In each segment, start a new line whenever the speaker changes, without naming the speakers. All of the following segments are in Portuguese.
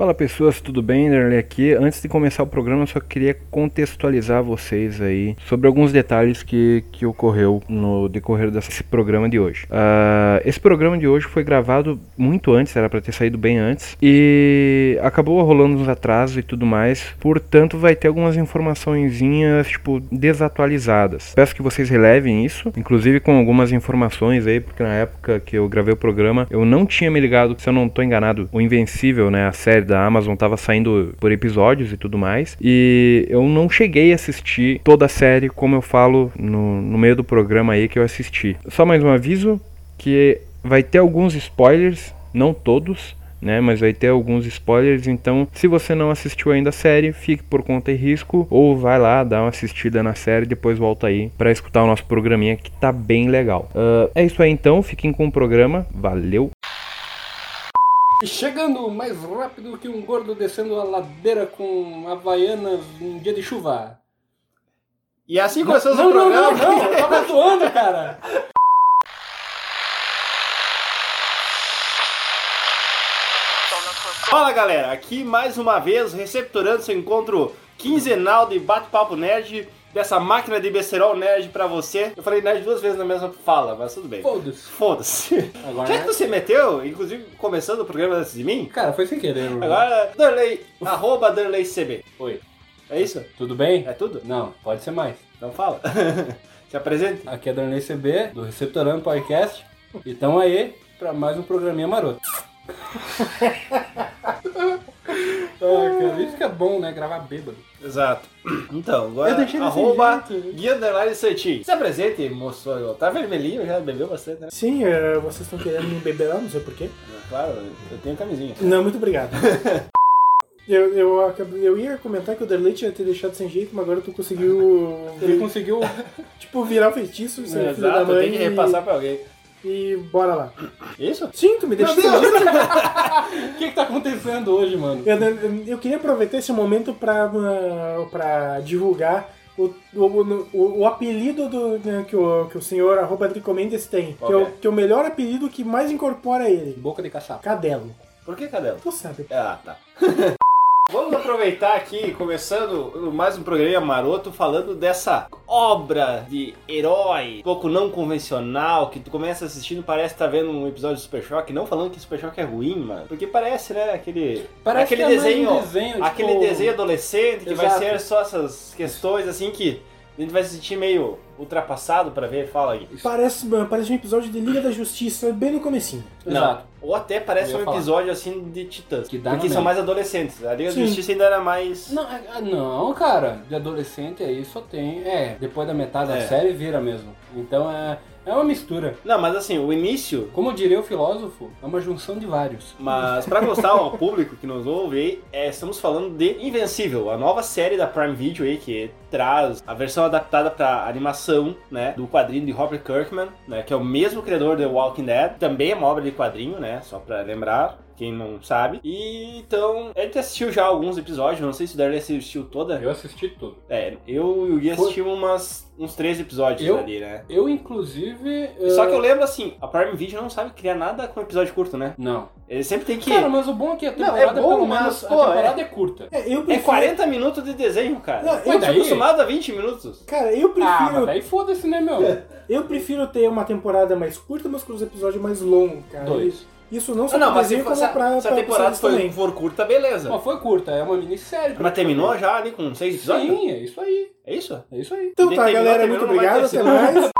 Fala pessoas, tudo bem? Derley aqui. Antes de começar o programa, eu só queria contextualizar vocês aí sobre alguns detalhes que, que ocorreu no decorrer desse programa de hoje. Ah, esse programa de hoje foi gravado muito antes, era para ter saído bem antes, e acabou rolando uns atrasos e tudo mais, portanto vai ter algumas informaçõezinhas, tipo, desatualizadas. Peço que vocês relevem isso, inclusive com algumas informações aí, porque na época que eu gravei o programa, eu não tinha me ligado, se eu não tô enganado, o Invencível, né, a série da Amazon tava saindo por episódios e tudo mais. E eu não cheguei a assistir toda a série, como eu falo no, no meio do programa aí que eu assisti. Só mais um aviso que vai ter alguns spoilers, não todos. Né, mas vai ter alguns spoilers, então se você não assistiu ainda a série, fique por conta e risco, ou vai lá, dá uma assistida na série, depois volta aí para escutar o nosso programinha que tá bem legal. Ah, é isso aí então, fiquem com o programa, valeu!
Chegando mais rápido que um gordo descendo a ladeira com havaiana em dia de chuva.
E assim começamos
Não,
o
não,
programa.
não, não, eu tava zoando, cara.
Fala galera, aqui mais uma vez receptorando seu encontro quinzenal de bate-papo nerd dessa máquina de besterol nerd pra você. Eu falei nerd duas vezes na mesma fala, mas tudo bem.
Foda-se.
Foda-se.
Agora- é.
Já que você meteu, inclusive começando o programa antes de mim,
Cara, foi sem querer, mano.
agora Darley, arroba DarleyCB.
Oi,
É isso?
tudo bem?
É tudo?
Não, pode ser mais.
Não fala. Se apresente.
Aqui é a Danley CB, do Receptorando Podcast. E tamo aí pra mais um programinha maroto. ah, cara, isso que é bom, né? Gravar bêbado.
Exato. Então, agora
Eu deixei desse
arroba
jeito.
Guia Underline Santin. Se apresente, moço. Tá vermelhinho, já bebeu bastante, né?
Sim, é, vocês estão querendo me beber, não sei porquê.
É, Claro, eu tenho camisinha.
Não, muito obrigado. Eu, eu, acabei- eu ia comentar que o Derlei tinha te deixado sem jeito, mas agora tu conseguiu
Ele conseguiu
tipo, virar o feitiço, ser filho da
Exato,
mãe
tem que repassar pra alguém.
e, e bora lá.
Isso?
Sim, tu me deixa sem jeito.
O que, que tá acontecendo hoje, mano?
Eu, eu- eu queria aproveitar esse momento pra, ah, pra divulgar o, o, o- o apelido do, né, que, o, que o senhor arroba Tricomendes tem, que,
Ok.
é o, que é o melhor apelido que mais incorpora ele.
Boca de caçapa.
Cadelo.
Por que cadela?
Tu sabe.
Ah, tá. Vamos aproveitar aqui, começando mais um programa maroto, falando dessa obra de herói, pouco não convencional, que tu começa assistindo, parece que tá vendo um episódio de Super Choque, não falando que Super Choque é ruim, mano, porque parece, né, aquele... aquele
que é mais
desenho,
um desenho
Aquele
tipo,
desenho adolescente que vai
Exato.
ser só essas questões, assim, que a gente vai se sentir meio ultrapassado pra ver, fala aí.
Parece, parece um episódio de Liga da Justiça, bem no comecinho.
Exato.
Ou até parece
Eu ia
um
falar.
episódio assim de Titãs.
Que dá
porque
no
são
meio.
mais adolescentes. A Liga da
Sim.
Justiça ainda era mais.
Não, é- ah, não, cara, de adolescente aí só tem. É, depois da metade
É.
da série vira mesmo. Então é, é uma mistura.
Não, mas assim, o início.
Como diria o filósofo, é uma junção de vários.
Mas pra gostar ao público que nos ouve, aí, é, estamos falando de Invencível, a nova série da Prime Video aí que traz a versão adaptada pra animação, né, do quadrinho de Robert Kirkman, né, que é o mesmo criador de Walking Dead, também é uma obra de quadrinho, né, só pra lembrar quem não sabe. E então, a gente assistiu já alguns episódios, não sei se o Darley assistiu toda.
Eu assisti tudo.
É, eu e o Gui assistimos umas, uns três episódios
Eu?
ali, né?
Eu, inclusive.
Só
eh,
Ah.
que eu lembro assim, a Prime Video não sabe criar nada com episódio curto, né?
Não.
Ele sempre tem que.
Cara, mas o bom é que a
Não, é
temporada,
bom,
pelo
mas,
menos,
pô,
a temporada é, curta.
É, eu
é
prefiro,
40 minutos de desenho, cara.
Não,
eu
mas
tô
daí-
acostumado a 20 minutos.
Cara, eu
Ah, mas
prefiro,
daí foda-se, né, meu?
É,
eu prefiro ter uma temporada mais curta, mas com os episódios mais longos,
é
cara.
Dois.
Isso não só
Ah, não,
pra
mas se,
desenho,
for,
como
se, a-
pra,
se a
pra
temporada
pessoas
foi,
também.
for curta, beleza.
Mas foi curta, é uma minissérie.
Mas terminou já ali com seis episódios?
Sim, é isso aí.
É isso?
É isso aí.
Então tá,
Determinou,
galera, muito
terminou, não vai ter
obrigado, até
segunda.
mais.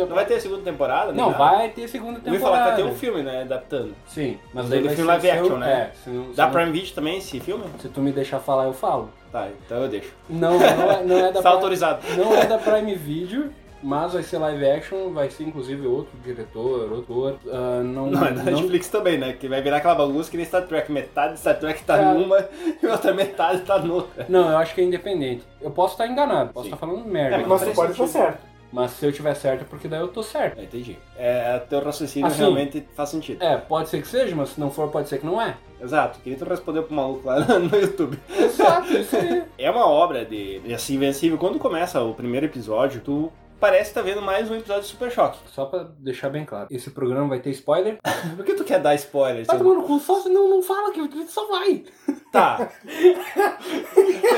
Não vai ter segunda temporada? nem
Não,
nada.
vai ter segunda
Eu ouvi falar que
temporada.
vai ter um filme, né? Adaptando.
Sim, mas daí
Daí no
vai
filme
ser
live
seu-
action, né?
É, se, não, se,
Dá
não-
Prime Video também esse filme?
se tu me deixar falar, eu falo.
Tá, então eu deixo.
Não, não é, não é da
Está
Prime-
autorizado.
Não é da Prime Video, mas vai ser live action, vai ser inclusive outro diretor, outro ator. ah, não,
Não, é da
não-
Netflix também, né? Que vai virar aquela bagunça que nem Star Trek. Metade de Star Trek tá
Cara.
numa e outra metade tá noutra.
não, eu acho que é independente. Eu posso estar enganado, posso
Sim.
estar falando merda.
É,
aqui,
Mas
parece
tu pode estar
sentido.
certo.
mas se eu tiver certo, é porque daí eu tô certo.
É, entendi. É, teu raciocínio
Assim.
realmente faz sentido.
É, pode ser que seja, mas se não for, pode ser que não é.
Exato. Queria tu responder pro maluco lá no YouTube.
Exato, isso aí.
É uma obra de, de assim, invencível. Quando começa o primeiro episódio, tu parece estar vendo mais um episódio de Super Choque.
Só pra deixar bem claro, esse programa vai ter spoiler.
Por que tu quer dar spoiler?
Vai
seu-
tomar no cu, só não, não fala que só vai.
Tá.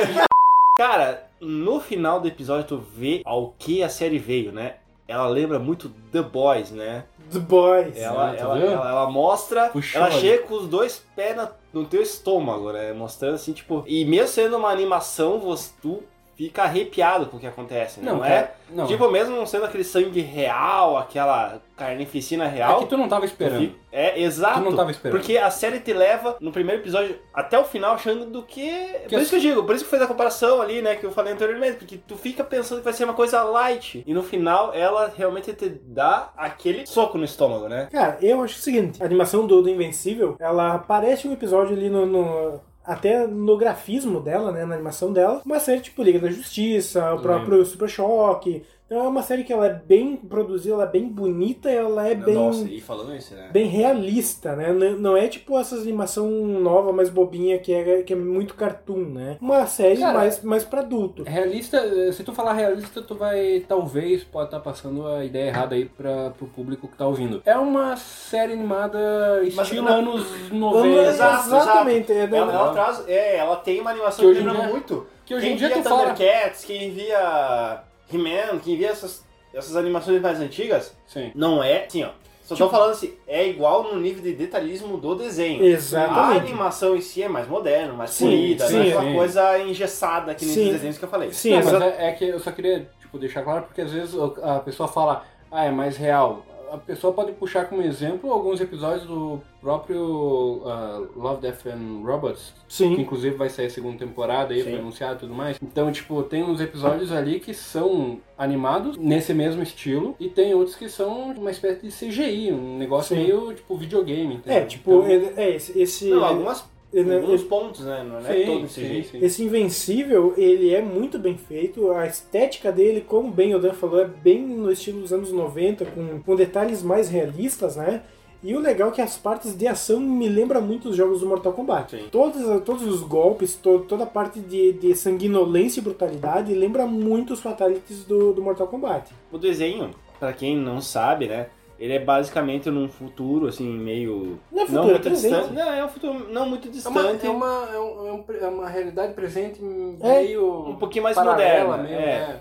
Cara, no final do episódio tu vê ao que a série veio, né? Ela lembra muito The Boys, né?
The Boys.
Ela,
tu
ela,
viu?
ela, ela mostra,
Puxou
ela
ali.
chega com os dois pés na- no teu estômago, né? Mostrando assim, tipo. E mesmo sendo uma animação, você, tu fica arrepiado com o que acontece, não, é?
cara, Não.
Tipo, mesmo não sendo aquele sangue real, aquela carnificina real.
é que tu não tava esperando.
fica- é, exato.
Tu não tava esperando.
Porque a série te leva no primeiro episódio até o final achando do que.
Que
por
as-
isso que eu digo, por isso que fez a comparação ali, né, que eu falei anteriormente, porque tu fica pensando que vai ser uma coisa light. E no final ela realmente te dá aquele soco no estômago, né?
Cara, eu acho o seguinte, a animação do, do Invencível, ela aparece um episódio ali no, no- Até no grafismo dela, né? Na animação dela. Uma série tipo Liga da Justiça, o
Eu
próprio Super Choque. Então é uma série que ela é bem produzida, ela é bem bonita, ela é bem.
Né? e falando isso, né?
Bem realista, né? N- Não é tipo essa animação nova, mais bobinha, que é, que é muito cartoon, né? Uma série
Cara,
mais, mais pra adulto.
é
Realista, eh, se tu falar realista, tu vai talvez pode estar passando a ideia errada aí para pro público que tá ouvindo. É uma série animada estilo
não-
anos
Vamos-
90.
exato,
exatamente. é,
Ela,
não-
ela traz, é, ela tem uma animação
Que
que,
hoje em
lembra
dia-
muito.
Que hoje
quem
em dia
via
tu fala.
Thundercats, quem via He-Man, quem via essas, essas animações mais antigas,
Sim.
não é assim, ó. Só
Tipo-
tô falando assim, é igual no nível de detalhismo do desenho. A
Exatamente.
animação em si é mais moderna, mais
Sim,
polida,
sim,
não é aquela
sim.
coisa engessada que nem
Sim.
esses desenhos que eu falei.
Sim,
não,
exa-
mas é, é que eu só queria tipo, deixar claro porque às vezes o- a pessoa fala, ah, é mais real. A pessoa pode puxar como exemplo alguns episódios do próprio ah, Love, Death and Robots, que
sim.
inclusive vai sair a segunda temporada aí,
Sim.
foi anunciado e tudo mais. Então, tipo, tem uns episódios ali que são animados nesse mesmo estilo e tem outros que são uma espécie de CGI, um negócio
Sim.
meio, tipo, videogame. entendeu?
É, tipo,
Então,
é, é esse. esse
Não, algumas,
ele- é-
alguns pontos, né? Não é
sim,
todo esse
sim,
jeito.
sim.
Esse Invencível, ele é muito bem feito. A estética dele, como bem o Dan falou, é bem no estilo dos anos 90, com, com detalhes mais realistas, né? E o legal é que as partes de ação me lembram muito os jogos do Mortal Kombat.
Sim.
Todos, todos os golpes, to- toda a parte de, de sanguinolência e brutalidade lembra muito os fatalities do, do Mortal Kombat.
O desenho, pra quem não sabe, né? Ele é basicamente num futuro, assim, meio.
Não é
não
futuro, é
muito
presente.
distante. Não, é um futuro não muito
É uma,
distante.
é, uma, é, um- é um pre- é uma realidade presente
É,
meio.
um pouquinho mais
paralela
moderna,
mesmo,
é.
né?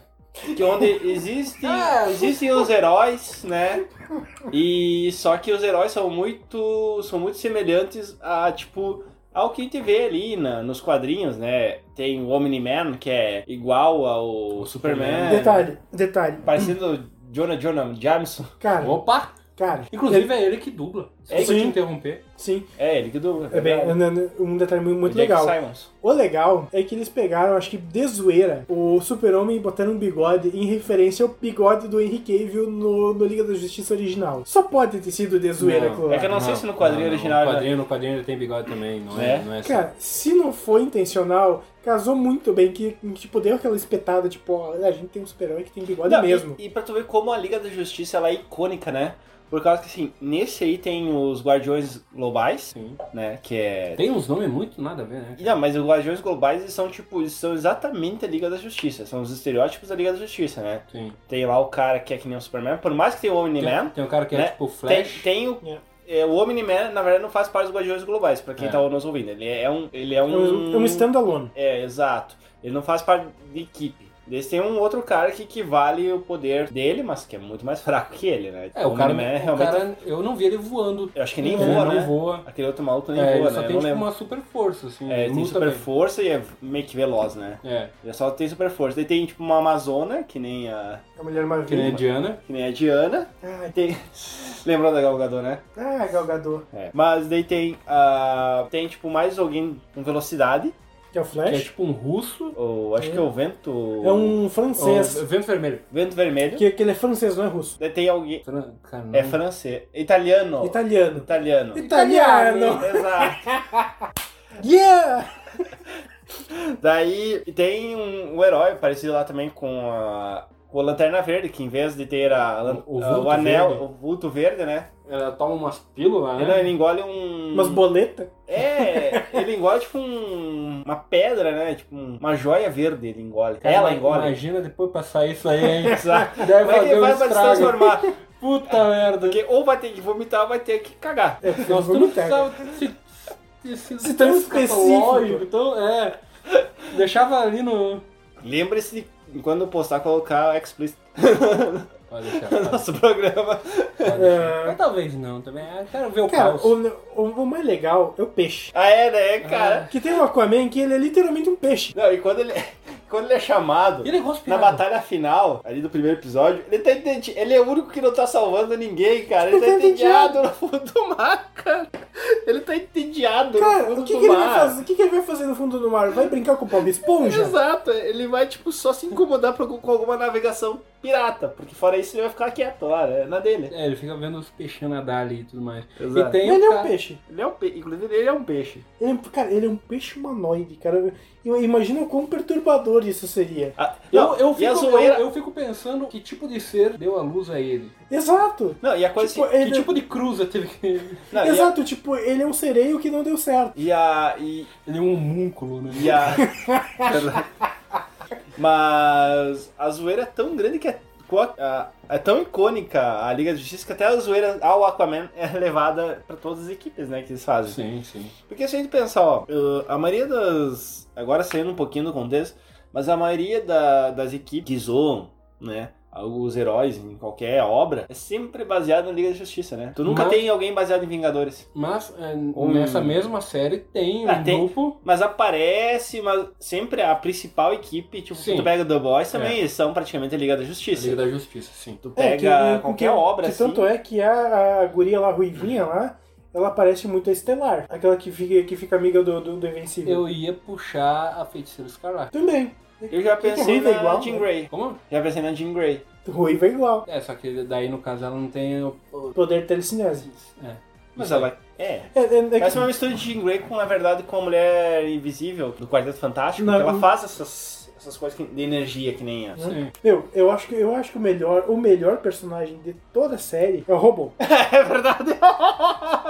Que onde existe,
É.
existem os heróis, né? E só que os heróis são muito. são muito semelhantes a, tipo. Ao que a gente vê ali na, nos quadrinhos, né? Tem o Omni-Man, que é igual ao Superman.
Detalhe, detalhe.
Parecendo Jonah Jonah Jameson.
Cara,
Opa!
cara.
Inclusive é ele que dubla.
É,
Desculpa te
sim.
interromper.
Sim,
É, ele que dubla.
é bem,
verdade.
um detalhe muito, muito
O Jack
legal.
Simons.
O legal é que eles pegaram, acho que de zoeira, o super-homem e botaram um bigode em referência ao bigode do Henry Cavill no, no Liga da Justiça original. Só pode ter sido de zoeira,
Não,
claro.
É que eu não sei se no quadrinho original
No
era-
quadrinho, no quadrinho ele tem bigode também, não
É?
é? Não é assim.
Cara, se não foi intencional, casou muito bem que, tipo, deu aquela espetada, tipo, ó, a gente tem um super-homem que tem bigode
Não,
mesmo.
E, e pra tu ver como a Liga da Justiça ela é icônica, né? Por causa que, assim, nesse aí tem os Guardiões Globais,
Sim.
né? Que é.
Tem uns nomes muito nada a ver, né?
E Não, mas os Guardiões Globais eles são, tipo, eles são exatamente a Liga da Justiça. São os estereótipos da Liga da Justiça, né?
Sim.
Tem lá o cara que é que nem o Superman, por mais que tenha o
Tem,
Omni-Man,
tem um cara que é
né?
tipo
tem,
Flash.
tem o.
Yeah.
é, o Omni-Man, na verdade, não faz parte dos Guardiões Globais, pra quem
É.
tá nos ouvindo. Ele é um. Ele é
É um, é um standalone.
É, exato. Ele não faz parte de equipe. Eles têm um outro cara que equivale o poder dele, mas que é muito mais fraco que ele, né?
É, o cara,
Omni-Man
o cara- eu não vi ele voando.
Eu acho que nem
Ele
voa,
não
né?
voa.
Aquele outro maluco nem
É, ele
voa,
só
né? Eu
tem
não
tipo
lembro.
uma super força, assim.
É, ele tem
luta
super
bem.
força e é meio que veloz, né?
É,
Ele só tem super força. Daí tem tipo uma Amazona, que nem a,
A Mulher
que nem a
Maravilha.
Diana.
que nem a Diana.
Ah,
Tem... Lembrou da Galgador, né?
ah, Galgador.
É. Mas daí tem a. Tem tipo mais alguém com velocidade.
Que é o
Que é
Flash.
tipo um russo.
Ou acho que é o vento.
É um
Ou-
francês.
vento vermelho.
Vento vermelho.
Que, que ele é francês, não é russo.
Daí tem alguém.
Fran- cara, não.
É francês.
Oh.
Italiano.
Italiano.
Italiano.
Italiano!
Exato.
Yeah!
Daí tem um, um herói parecido lá também com a. Com a Lanterna Verde, que em vez de ter a, lan-
O- o
a-
vulto
anel,
verde.
o vulto verde, né?
Ela toma umas pílulas,
Ele,
né?
ele engole um.
Umas boletas.
É, Ele engole tipo um- uma pedra, né? Tipo um- uma joia verde ele engole. Ela engole.
Imagina depois passar isso aí, hein?
Exato.
Deve
Como é que
fazer
ele
um
vai pra se
estrago.
transformar?
Puta merda.
Porque ou vai ter que vomitar ou vai ter que cagar.
É, porque eu
Nossa,
vou
tu não
me pegar.
precisava ter ter sido
Se tão específico.
Então, é. Deixava ali no.
Lembre-se de quando eu postar, colocar explicit
Pode deixar,
no
pode,
nosso programa.
pode deixar.
É.
Mas talvez não também. Eu quero ver o
Cara,
caos.
É, o, o- o mais legal é o peixe.
Ah, é, né, cara?
Que tem o Aquaman que ele é literalmente um peixe.
Não, e quando ele, quando ele é chamado.
Ele é
Na
conspirado.
batalha final, ali do primeiro episódio, ele tá identi- Ele é o único que não tá salvando ninguém, cara. Ele tá entediado no fundo do mar, cara. Ele tá entediado no
Cara,
fundo
o que,
do
que ele
mar.
vai fazer? O que, que ele vai fazer no fundo do mar? Vai brincar com o Bob Esponja?
Exato, ele vai, tipo, só se incomodar pra- com alguma navegação pirata, porque fora isso ele vai ficar quieto lá, né? Na dele.
É, ele fica vendo os peixinhos nadar ali e tudo mais.
Exato.
E tem
Ele
o
é um
cara-
peixe.
Ele é um peixe, inclusive ele é um peixe.
Ele é, cara, ele é um peixe humanoide, cara. Eu- Imagina o quão perturbador isso seria.
Ah,
Eu,
não,
eu,
e a
fico, eu,
zoeira.
eu fico pensando que tipo de ser deu a luz a ele.
Exato!
Não, e a coisa
Tipo,
assim.
Que
Ele-
tipo de cruza teve que.
não, e a-
Exato, tipo, ele é um sereio que não deu certo.
E a. E,
Ele é um homúnculo, né?
e a... Verdade. Mas a zoeira é tão grande que é, co- a- é tão icônica a Liga da Justiça que até a zoeira ao Aquaman é levada pra todas as equipes, né, que eles fazem.
Sim, sim.
Porque se a gente pensar, ó, uh, a maioria das. Agora saindo um pouquinho do contexto, mas a maioria da- das equipes que zoam, né? Os heróis em qualquer obra é sempre baseado na Liga da Justiça, né? Tu nunca
Mas-
tem alguém baseado em Vingadores.
Mas é,
Hum.
nessa mesma série tem um
Ah, tem-
grupo.
Mas aparece, mas sempre a principal equipe, tipo,
Sim.
tu pega The Boys também, eles são praticamente a Liga da
da
Justiça.
Liga da Justiça, sim.
Tu
É,
pega qualquer obra,
que
assim.
tanto é que a, a guria lá, ruivinha lá, ela parece muito a Estelar. Aquela que fica, que fica amiga do, do, do Invencível.
Eu ia puxar a Feiticeira Escarlate.
Também.
Eu já
Que que é
pensei
ruiva
na
igual,
Jean
né?
Grey.
Como?
Já pensei na Jean Grey.
Ruiva é igual.
É, só que daí no caso ela não tem. o- o-
Poder de telecinese.
É.
Mas ela... É,
É, é, é que-
Parece uma mistura de Jean Grey com, na verdade, com a Mulher Invisível do Quarteto Fantástico.
Não.
que Ela faz essas, essas coisas que- de energia que nem a...
Sim.
Meu, eu acho que, eu acho que o, melhor, o melhor personagem de toda a série é o robô.
É verdade.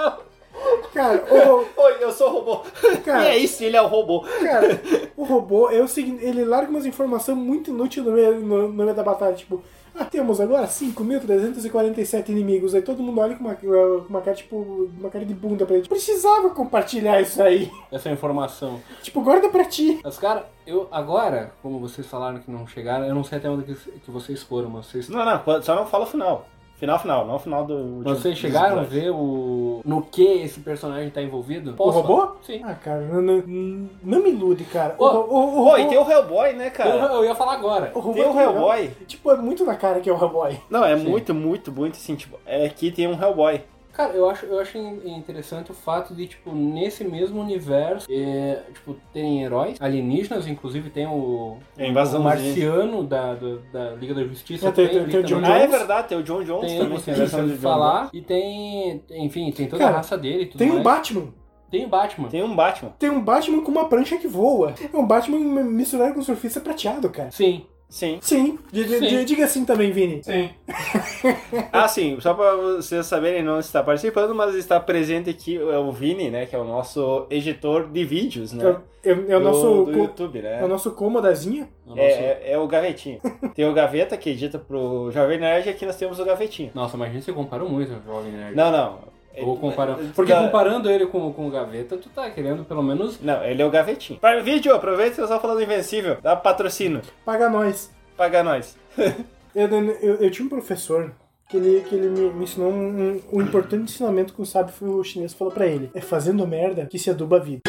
Cara, o, ro-
Oi, eu sou robô.
Cara.
E é isso, ele é o robô.
cara, o robô é o seguinte, ele larga umas informações muito inúteis no meio, no, no meio da batalha, tipo, ah, temos agora 5.347 inimigos, aí todo mundo olha com uma, com uma cara, tipo, uma cara de bunda pra ele. tipo, Precisava compartilhar isso aí.
Essa informação.
Tipo, guarda pra ti.
Mas, cara, eu agora, como vocês falaram que não chegaram, eu não sei até onde que, que vocês foram, mas vocês.
Não, não, só não fala o final. Final, final, não o final do...
Vocês
do-
chegaram a
do-
ver o. no que esse personagem tá envolvido? Posso
robô?
falar? Sim.
Ah, cara, não, não, não me ilude, cara. O,
Ô,
ro- o- o
Oi,
robô-
tem o Hellboy, né, cara?
Eu, eu ia falar agora.
o robô
Tem o
é legal.
Hellboy.
Tipo, é muito na cara que é o Hellboy.
Não, é muito, muito, muito, assim, tipo... É que tem um Hellboy.
Cara, eu acho, eu acho in- interessante o fato de, tipo, nesse mesmo universo, é, tipo, tem heróis alienígenas, inclusive tem o,
É a invasão
o marciano da, do- da Liga da Justiça.
Ah, tem- tem-
ali
tem o
também.
John
Ah, é
Jones.
verdade, tem o John Jones
Tem,
também.
você
a versão do John Jones.
falar. E tem, enfim, tem toda
Cara,
a raça dele e tudo
Tem
mais.
um Batman.
Tem o Batman.
Tem um Batman.
Tem um Batman com uma prancha que voa. É um Batman misturado com surfista prateado, cara.
Sim.
Sim.
Sim. D- d-
Sim.
d- Diga assim também, Vini.
Sim.
Ah, sim, só pra vocês saberem, não está participando, mas está presente aqui é o Vini, né? Que é o nosso editor de vídeos, né?
É, é- é
do,
o nosso.
do
co-
YouTube, né?
É o nosso comodazinha.
Nossa,
É, é- é o Gavetinho. Tem o Gaveta que edita pro Jovem Nerd e aqui nós temos o Gavetinho.
nossa, imagina se comparou muito o Jovem Nerd.
Não, não.
Ou
Ele-
comparando.
ele-
Porque
não,
comparando ele com, com o Gaveta, tu tá querendo pelo menos.
Não, ele é o Gavetinho. Para o vídeo, aproveita que eu só falando Invencível. Dá patrocínio.
Paga nós.
Paga nós.
Eu, eu, eu tinha um professor que ele, que ele me, me ensinou um, um- um importante ensinamento que o sábio o chinês falou pra ele. É fazendo merda que se aduba a vida.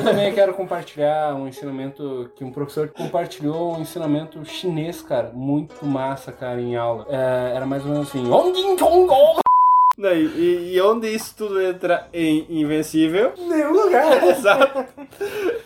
Eu também quero compartilhar um ensinamento que um professor compartilhou um ensinamento chinês, cara, muito massa, cara, em aula. É, era mais ou menos assim. "Ong Jing Chong Gong".
Não, e- e, e onde isso tudo entra em Invencível?
Nenhum lugar.
Exato.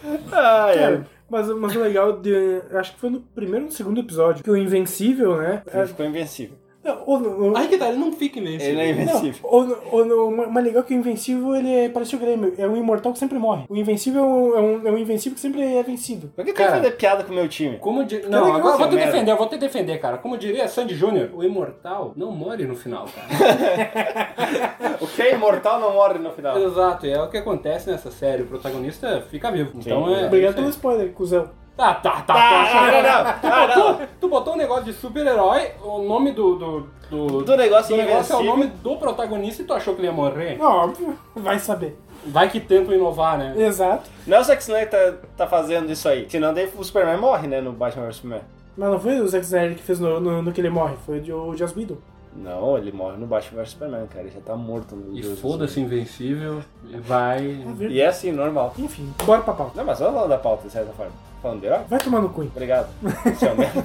Ai, ai.
Cara, mas, mas o legal de. Acho que foi no primeiro ou no segundo episódio que o Invencível, né?
é- Ele ficou invencível.
Não, ou, ou,
Aí que tá, ele não fica nesse.
Ele é invencível.
Não, ou, ou, não, uma- uma legal que o Invencível ele é, parece o Grêmio, é um imortal que sempre morre. O Invencível é um, é um, é um Invencível que sempre é vencido.
Por que tem que
Cara.
fazer piada com o meu time?
Como di...
Cara,
Não,
que
agora eu vou te
merda.
defender, eu vou te defender, cara. Como diria Sandy Júnior, o imortal não morre no final, cara.
O que é imortal não morre no final.
Exato, é o que acontece nessa série. O protagonista fica vivo. Então é.
Obrigado pelo spoiler, cuzão.
Tá, tá, tá.
Ah, não,
tá.
não, não, não, não.
Tu botou um negócio de super-herói, o nome do. Do, do,
Do negócio
do negócio é o
invencível.
nome do protagonista e tu achou que ele ia morrer?
Não, óbvio, vai saber.
Vai que tentam inovar, né?
Exato.
Não é o Zack Snyder que tá, tá fazendo isso aí. Senão daí o Superman morre, né? No Batman vs Superman.
Mas não foi o Zack Snyder que fez no, no, no que ele morre, foi o de- o Joss Whedon.
Não, ele morre no Batman vs Superman, cara. Ele já tá morto no
E
Deus do
foda-se invencível, e vai.
céu. E é assim, normal.
Enfim, bora pra pauta.
Não, mas vamos falar da pauta, de certa forma. Falando de herói?
Vai tomar no cu. então.
Obrigado. Seu merda.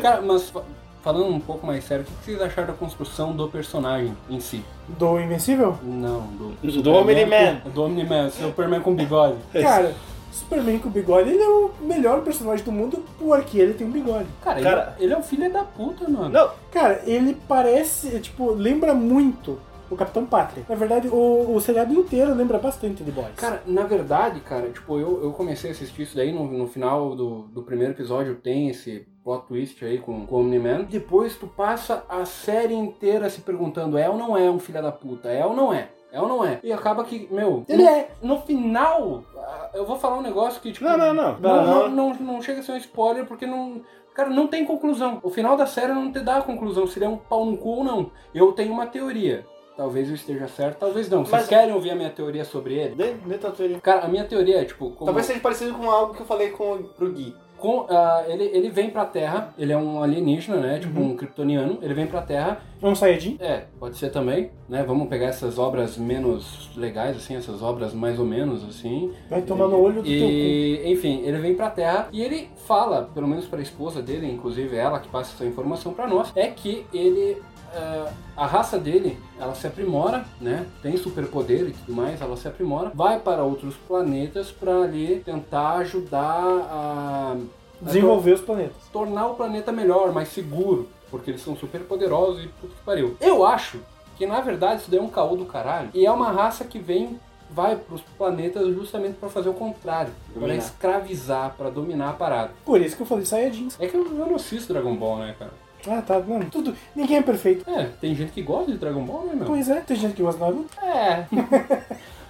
Cara, mas fa- falando um pouco mais sério, o que que vocês acharam da construção do personagem em si?
Do Invencível?
Não, do.
Do
Superman
Omni-Man.
com- Do Omni-Man, Superman com bigode.
É
Cara, Superman com bigode, ele é o melhor personagem do mundo porque ele tem um bigode.
Cara,
Cara-
Ele, ele é um filho da puta, mano.
Não,
Cara, ele parece, tipo, lembra muito o Capitão Pátria. Na verdade, o, o seriado inteiro lembra bastante de Boys.
Cara, na verdade, cara, tipo, eu, eu comecei a assistir isso daí no, no final do, do primeiro episódio, tem esse plot twist aí com, com o Omni-Man. Depois tu passa a série inteira se perguntando, é ou não é um filho da puta? É ou não é? É ou não é? E acaba que, meu,
ele é.
no final, ah, eu vou falar um negócio que, tipo...
não, não, não.
Não, não, não,
Não,
não chega a ser um spoiler, porque não. Cara, não tem conclusão. O final da série não te dá a conclusão se ele é um pau no cu ou não. Eu tenho uma teoria. Talvez eu esteja certo, talvez não. Vocês
Mas-
querem ouvir a minha teoria sobre ele?
Dê, dê tua teoria.
Cara, a minha teoria é, tipo, como-
Talvez seja parecido com algo que eu falei com, o- pro Gui.
com, ah, ele, ele vem pra Terra, ele é um alienígena, né? Tipo, um kryptoniano. Ele vem pra Terra,
Vamos sair de?
é, pode ser também, né? Vamos pegar essas obras menos legais, assim, essas obras mais ou menos, assim.
Vai tomar no olho do teu cu.
E, enfim, ele vem pra Terra e ele fala, pelo menos pra esposa dele, inclusive ela que passa essa informação pra nós, é que ele. ah, a raça dele, ela se aprimora, né? Tem superpoder e tudo mais, ela se aprimora, vai para outros planetas pra ali tentar ajudar a. a
Desenvolver os planetas.
tor- tornar o planeta melhor, mais seguro, porque eles são super poderosos e puto que pariu. Eu acho que na verdade isso daí é um caô do caralho e é uma raça que vem vai pros planetas justamente pra fazer o contrário, pra
Dominar.
escravizar, pra dominar a parada.
Por isso que eu falei Saiyajins.
É que eu, eu não assisto Dragon Ball, né, cara?
Ah, tá, mano. Tudo. Ninguém é perfeito.
É, tem gente que gosta de Dragon Ball, né, meu?
Pois é, tem gente que gosta da luta.
É,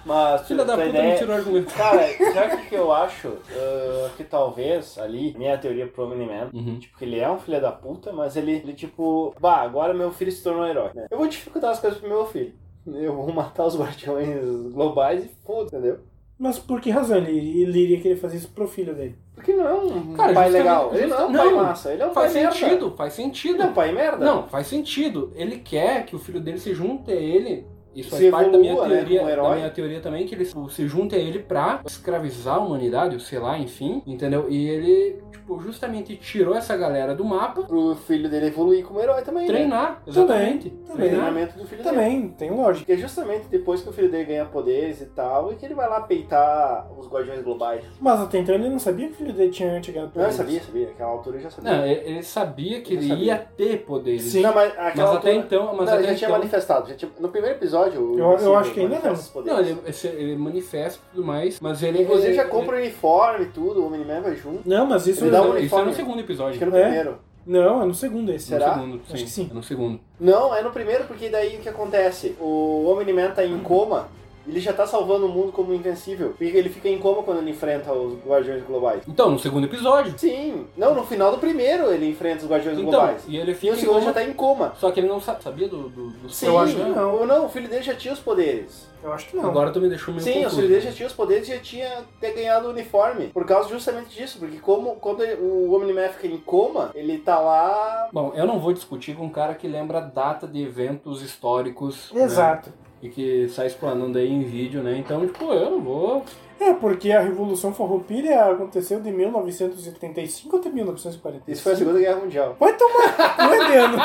Mas
filha da
tua
puta
ideia- é
me tirou o argumento.
Cara, sabe o que que eu acho? Ah, que talvez ali, minha teoria pro Omni-Man,
Uhum.
tipo, que ele é um filho da puta, mas ele, ele tipo, bah, agora meu filho se tornou um herói, né? Eu vou dificultar as coisas pro meu filho. Eu vou matar os guardiões globais e foda, entendeu?
Mas por que razão ele, ele iria querer fazer isso pro filho dele?
Porque não é um
Cara,
pai
justamente-
legal. Ele não é um
justa-
pai
não,
massa, ele é um
Faz
pai merda.
sentido, faz sentido.
Ele é um pai merda.
Não, faz sentido. Ele quer que o filho dele se junte a ele. Isso faz
Se
parte da minha
evolua, né,
teoria,
como herói.
da minha teoria também, que ele tipo, se junte a ele pra escravizar a humanidade, ou sei lá, enfim, entendeu? E ele, tipo, justamente tirou essa galera do mapa,
Pro filho dele evoluir como herói também, né?
treinar, exatamente.
também.
treinar.
Treinamento do filho dele.
Também, tem lógica.
Porque é justamente depois que o filho dele ganha poderes e tal, e que ele vai lá peitar os guardiões globais.
Mas até então ele não sabia que o filho dele tinha chegado
Não, eu
eles.
Ah, sabia, sabia. Aquela altura eu já sabia.
Não, é, ele ele sabia que
Ele
ele,
sabia.
ia ter poderes.
Sim.
Não, mas
Mas
aquela
até
altura...
então, mas
não, ele
até
já tinha
então,
manifestado. Já tinha... No primeiro episódio, o
Eu- eu
Invencível
acho que ainda
manifesta
não.
os poderes.
não, ele, esse- ele manifesta e tudo mais, mas ele
Inclusive
ele-
já compra o uniforme e tudo, o Miniman vai junto.
Não, mas isso.
Ele dá um
ele- Isso é
uniforme.
no segundo
Acho que
episódio.
é no
É?
primeiro.
Não, é no segundo esse.
Será?
No segundo, sim.
Acho que sim.
É no segundo.
Não, é no primeiro, porque daí o que acontece? O Omni-Man tá em coma, ele já tá salvando o mundo como invencível. Porque ele fica em coma quando ele enfrenta os Guardiões Globais.
Então, no segundo episódio.
Sim, não, no final do primeiro ele enfrenta os Guardiões
Então,
Globais.
e ele
E
fica
o
em
segundo
coma
já tá em coma.
Só que ele não sa- sabia do, do, do
Sim,
eu acho que não.
não. não, o filho dele já tinha os poderes.
Eu acho que não.
Agora tu me deixou meio
Sim, o
confuso.
filho dele já tinha os poderes e já tinha até ganhado o uniforme. Por causa justamente disso, porque como quando ele- o Omni-Man fica em coma, ele tá lá.
Bom, eu não vou discutir com um cara que lembra a data de eventos históricos. né?
Exato.
E que sai explanando aí em vídeo, né? Então, tipo, eu não vou.
É, porque a Revolução Farroupilha aconteceu de 1985 até 1945.
Isso foi a Segunda Guerra Mundial.
Vai tomar né, coelhando.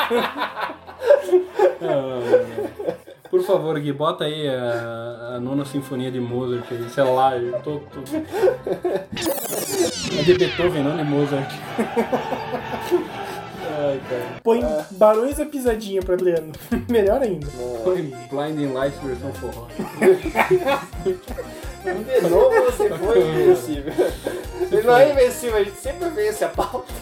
Ah, Por favor, Gui, bota aí a, a nona sinfonia de Mozart, aí, sei lá, eu tô. tô... É de Beethoven, não de Mozart. Ai, cara.
Põe Barões da Pisadinha pra Adriano. Melhor ainda.
Foi Blinding Lights versão forró.
De novo você foi invencível. Ele não é invencível, a gente sempre vence a pauta.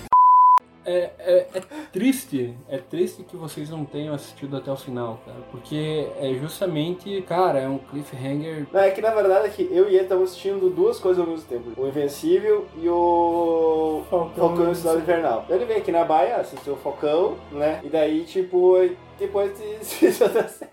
É, é- é triste, é triste que vocês não tenham assistido até o final, cara. Porque é justamente, cara, é um cliffhanger.
Não, é que na verdade é que eu e ele estamos assistindo duas coisas ao mesmo tempo. O Invencível e o
Falcão.
Falcão e o Cidade Invernal. Ele veio aqui na Baia, assistiu o Falcão, né? E daí, tipo, depois assistiu outra série.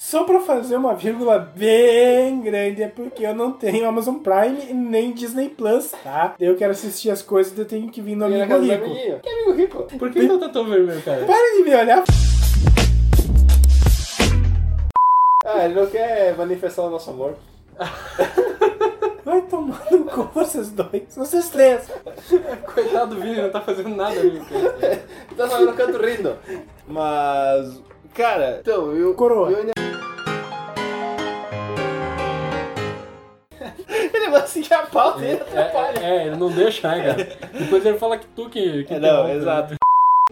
Só pra fazer uma vírgula bem grande, é porque eu não tenho Amazon Prime e nem Disney Plus, tá? Eu quero assistir as coisas e eu tenho que vir no
E na
Amigo
casa do
Rico.
amiguinho. Que amigo rico?
Por que não tá tão vermelho, cara?
Para de me olhar.
Ah, ele não quer manifestar o nosso amor.
Vai tomar no cu vocês dois. Vocês três.
Coitado do Vini, não tá fazendo nada ali, cara.
Tá só no canto rindo. Mas. Cara, então, eu.
Coroa.
eu ainda- Ele vai seguir a pauta e ele atrapalha.
É, é, ele não deixa, né, cara? Depois ele fala que tu que. que
É, não,
interrompe, né?
exato.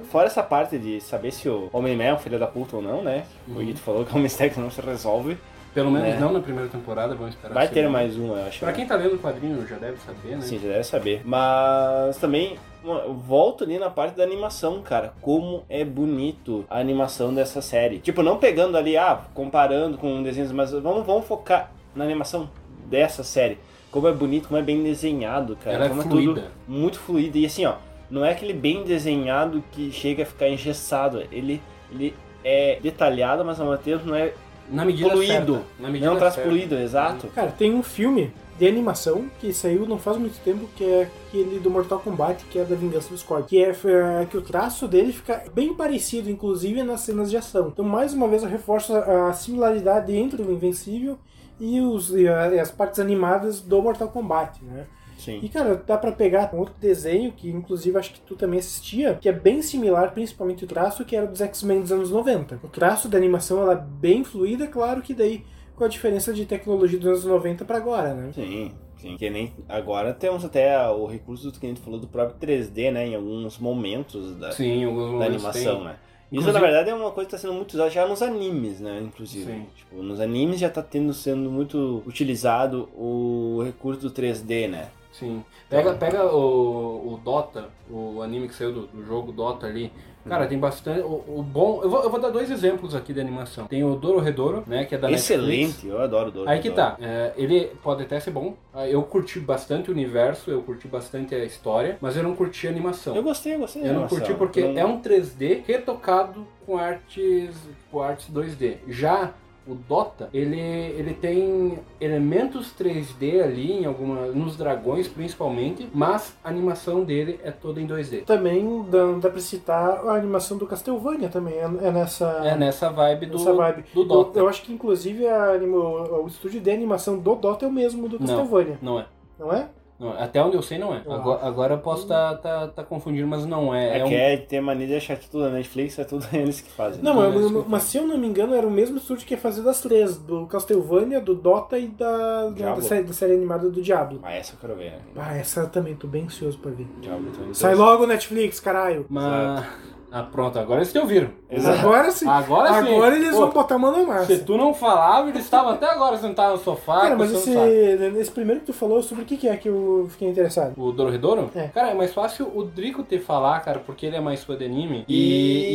Fora essa parte de saber se o Homem-Man é um filho da puta ou não, né? O Guito falou que o mistério que não se resolve.
né? Pelo menos
É.
não na primeira temporada, vamos esperar.
Vai
a
ter
segunda.
mais uma, eu acho.
Pra
né?
quem tá lendo o quadrinho já deve saber, né?
Sim, já deve saber. Mas também, mano, eu volto ali na parte da animação, cara. Como é bonito a animação dessa série. Tipo, não pegando ali, ah, comparando com desenhos, mas vamos, vamos focar na animação dessa série. Como é bonito, como é bem desenhado, cara.
Ela é
como
fluida.
tudo muito fluido. E assim, ó, não é aquele bem desenhado que chega a ficar engessado. Ele, ele é detalhado, mas ao mesmo tempo não é,
Na medida
Poluído.
certa. Na medida
não um traz
certa.
poluído, exato.
Cara, tem um filme de animação que saiu não faz muito tempo, que é aquele do Mortal Kombat, que é da Vingança dos Corpos. Que é eh, que o traço dele fica bem parecido, inclusive nas cenas de ação. Então, mais uma vez, eu reforço a a similaridade entre o Invencível e, os, e a- e as partes animadas do Mortal Kombat, né?
Sim.
E cara, dá pra pegar um outro desenho que inclusive acho que tu também assistia, que é bem similar, principalmente o traço, que era dos X-Men dos anos 90. O traço da animação ela é bem fluida, claro que daí com a diferença de tecnologia dos anos 90 pra agora, né?
Sim, sim. Que nem agora temos até o recurso do que a gente falou do próprio 3D, né? Em alguns momentos da,
Sim, alguns
da
momentos
animação,
tem.
né? Isso,
Inclusive-
na verdade, é uma coisa que está sendo muito usada já nos animes, né? Inclusive.
Sim.
Tipo, nos animes já está tendo sendo muito utilizado o recurso do 3D, né?
Sim. Pega, pega o, o Dota, o anime que saiu do, do jogo Dota ali.
Hum.
Cara, tem bastante. O, o bom. Eu vou, eu vou dar dois exemplos aqui de animação. Tem o Dororedoro, né? Que é da Netflix.
Excelente, eu adoro o Dora.
Aí que tá. É, ele pode até ser bom. Ah, Eu curti bastante o universo, eu curti bastante a história, mas eu não curti a animação.
Eu gostei, eu gostei. da
tá. Eu não
animação.
curti porque
Não-
é um 3D retocado com artes, com artes 2D. Já o Dota, ele, ele tem elementos 3D ali em alguma, nos dragões principalmente, mas a animação dele é toda em 2D.
Também dá, dá pra citar a animação do Castlevania também, é, é nessa,
É nessa vibe do,
nessa vibe.
do
Eu,
Dota.
eu acho que inclusive a animo- o estúdio de animação do Dota é o mesmo do
Não.
Castlevania,
Não é.
não é?
Não é. Até onde eu sei, não é.
Eu
Agora,
acho.
agora eu posso estar tá, tá confundindo, mas não é.
É,
É um
que é ter mania de achar tudo na Netflix, é tudo eles que fazem.
Não,
Não,
eu-
é isso que
eu-
eu
mas se eu não me engano, era o mesmo estúdio que ia fazer das três, do Castlevania, do Dota e da, da,
Diablo.
série, da série animada do Diablo.
Mas essa eu quero ver, né?
Ah, essa eu também tô bem ansioso pra ver.
Diablo, tô
Sai logo Netflix, caralho.
Mas. Ah, pronto, agora eles te ouviram.
Exato.
Agora sim.
Agora sim.
Agora eles
Pô,
vão botar a mão na
Se
massa.
tá
tu não falava, eles estavam até agora sentados no sofá,
Cara, mas esse,
coçando o saco.
esse primeiro que tu falou, sobre o que, que é que eu fiquei interessado?
O Dororedoro?
É.
Cara, é mais fácil o Drico ter falar, cara, porque ele é mais fã de anime.
E,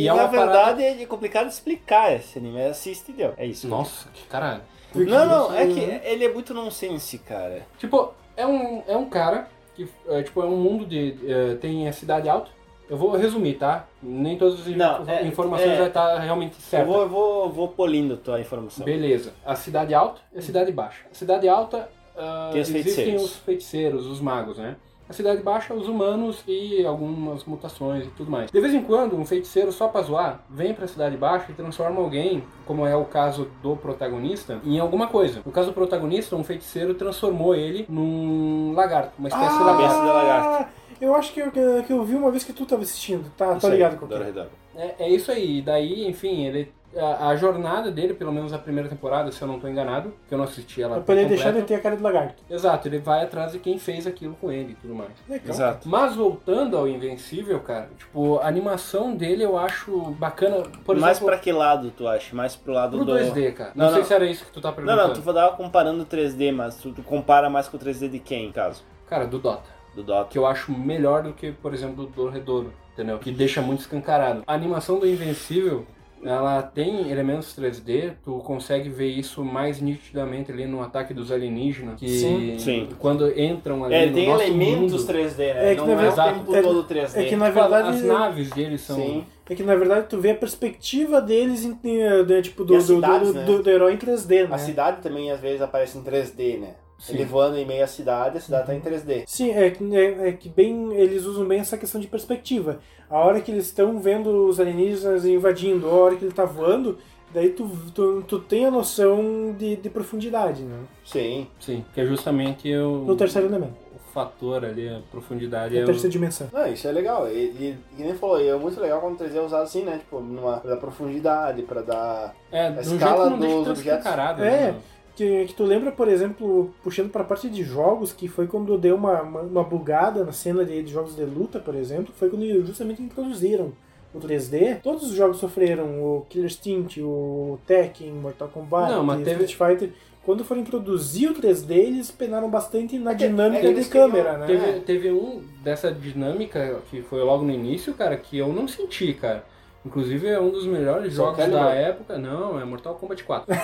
E, e é
na
uma parada-
verdade é complicado explicar esse anime. Assiste e deu. É isso.
Nossa, que cara.
Não, não, é que ele é muito nonsense, cara.
Tipo, é um, é um cara que é, tipo, é um mundo de. é, tem a cidade alta. Eu vou resumir, tá? Nem todas as
Não,
info-
é,
informações
é.
vai estar realmente
Eu
certas.
vou, eu vou, vou polindo tua informação.
Beleza. A cidade alta e a cidade baixa. A cidade alta ah,
Tem os
existem
feiticeiros.
os feiticeiros, os magos, né? A cidade baixa, os humanos e algumas mutações e tudo mais. De vez em quando, um feiticeiro, só pra zoar, vem pra cidade baixa e transforma alguém, como é o caso do protagonista, em alguma coisa. No caso do protagonista, um feiticeiro transformou ele num lagarto, uma espécie de
Ah!
lagarto.
cabeça da lagarta.
Eu acho que eu, que eu vi uma vez que tu tava assistindo, tá?
Isso
Tá
aí,
ligado com o
Dora Redondo.
É, é isso aí. E daí, enfim, ele a, a jornada dele, pelo menos a primeira temporada, se eu não tô enganado, que eu não assisti ela
Pra
Tá
poder
completa.
deixar de ter a cara de lagarto.
Exato, ele vai atrás de quem fez aquilo com ele e tudo mais.
Legal.
Exato.
Mas voltando ao Invencível, cara, tipo, a animação dele eu acho bacana, por
Mais
exemplo,
pra que lado tu acha? Mais pro lado
pro
do.
2D, cara. Não,
Não,
sei
não.
se era isso que tu tá
Não,
perguntando.
não, tu tava comparando 3D, mas tu, tu compara mais com o 3D de quem, no caso?
Cara, do Dota.
Do Dota.
Que eu acho melhor do que, por exemplo, do Redouro, entendeu? Que deixa muito escancarado. A animação do Invencível, ela tem elementos 3D, tu consegue ver isso mais nitidamente ali no ataque dos alienígenas. Que
Sim.
Sim.
quando entram ali
É,
no
tem
nosso
elementos
mundo,
3D, né?
É que
não
na
é o
verdade-
tempo
é-
todo 3D.
É que na
as
verdade.
naves deles são...
Sim.
É que na verdade tu vê a perspectiva deles em, em, né, tipo, do,
E as
do,
cidades,
do-
né?
do- do herói em 3D, né?
A cidade também às vezes aparece em 3D, né?
Sim.
Ele voando em meio à cidade, a cidade tá em 3D.
Sim, é que, é, é que bem eles usam bem essa questão de perspectiva. A hora que eles estão vendo os alienígenas invadindo, a hora que ele tá voando, daí tu, tu, tu tem a noção de, de profundidade, né?
Sim.
Sim, que é justamente o,
No terceiro elemento,
o fator ali, a profundidade.
na
é o-
terceira dimensão.
Não, isso é legal. E, e, que nem falou, e é muito legal quando o 3D é usado assim, né? Tipo, numa, pra dar profundidade, pra dar.
É, de um jeito que
escala
não deixa
dos
tão
objetos.
escancarado,
É.
né?
Que, que tu lembra, por exemplo, puxando pra parte de jogos, que foi quando deu uma, uma, uma bugada na cena de, de jogos de luta, por exemplo, foi quando justamente introduziram o 3D. Todos os jogos sofreram, o Killer Instinct, o Tekken, Mortal Kombat,
Não, mas teve-
Street Fighter. Quando foram introduzir o 3D, eles penaram bastante na
que- é
dinâmica
que
de
eles queriam-
câmera, né?
Teve, teve um dessa dinâmica que foi logo no início, cara, que eu não senti, cara. Inclusive é um dos melhores
Só
jogos
quero
da
lembrar.
época. Não, é Mortal Kombat 4.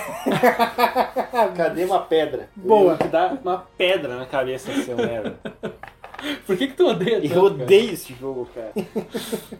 Cadê uma pedra?
Boa.
Eu que dá uma pedra na cabeça do seu merda.
Por que, que tu odeia? tanto,
Eu odeio esse jogo, cara.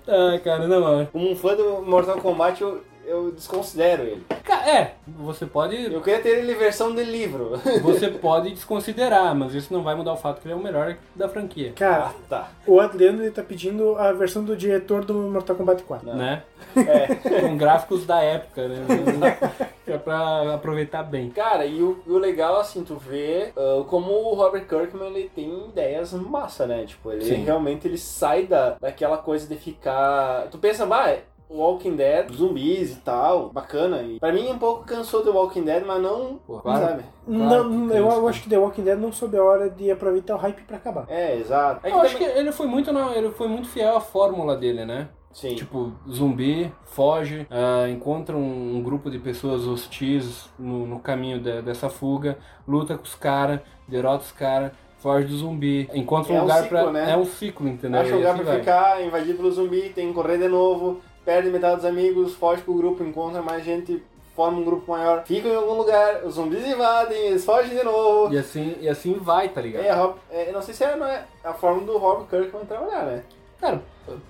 Cara? Ah, cara, não.
Como um fã do Mortal Kombat, eu, eu desconsidero ele.
é- Ca- É, você pode,
Eu queria ter ele versão de livro.
você pode desconsiderar, mas isso não vai mudar o fato que ele é o melhor da franquia.
Cara,
Tá.
o Adriano ele tá pedindo a versão do diretor do Mortal Kombat 4.
Né?
É.
Com gráficos da época, né? É pra aproveitar bem.
Cara, e o, e o legal, assim, tu vê ah, como o Robert Kirkman, ele tem ideias massa, né? Tipo, ele
Sim.
realmente ele sai da, daquela coisa de ficar... Tu pensa, vai... Walking Dead, zumbis e tal, bacana. E pra mim um pouco cansou do Walking Dead, mas não,
Pô, claro.
sabe?
Claro que
não,
tem
eu,
isso,
eu
né?
acho que The Walking Dead não soube a hora de aproveitar o hype pra acabar.
É, exato. É
Eu acho que ele foi muito, na- ele foi muito fiel à fórmula dele, né?
Sim.
Tipo, zumbi, foge, ah, encontra um, um grupo de pessoas hostis no, no caminho de- dessa fuga, luta com os caras, derrota os caras, foge do zumbi, encontra um
É um
lugar
ciclo,
pra.
né?
É um ciclo, entendeu?
Acha
E
um lugar
assim
pra
vai.
ficar, invadido pelo zumbi, tem que correr de novo, perde metade dos amigos, foge pro grupo, encontra mais gente, forma um grupo maior, fica em algum lugar, os zumbis invadem, eles fogem de novo.
E assim, e assim vai, tá ligado?
É, a Rob- é, não sei se é, não é a forma do Rob Kirkman trabalhar, né?
Cara,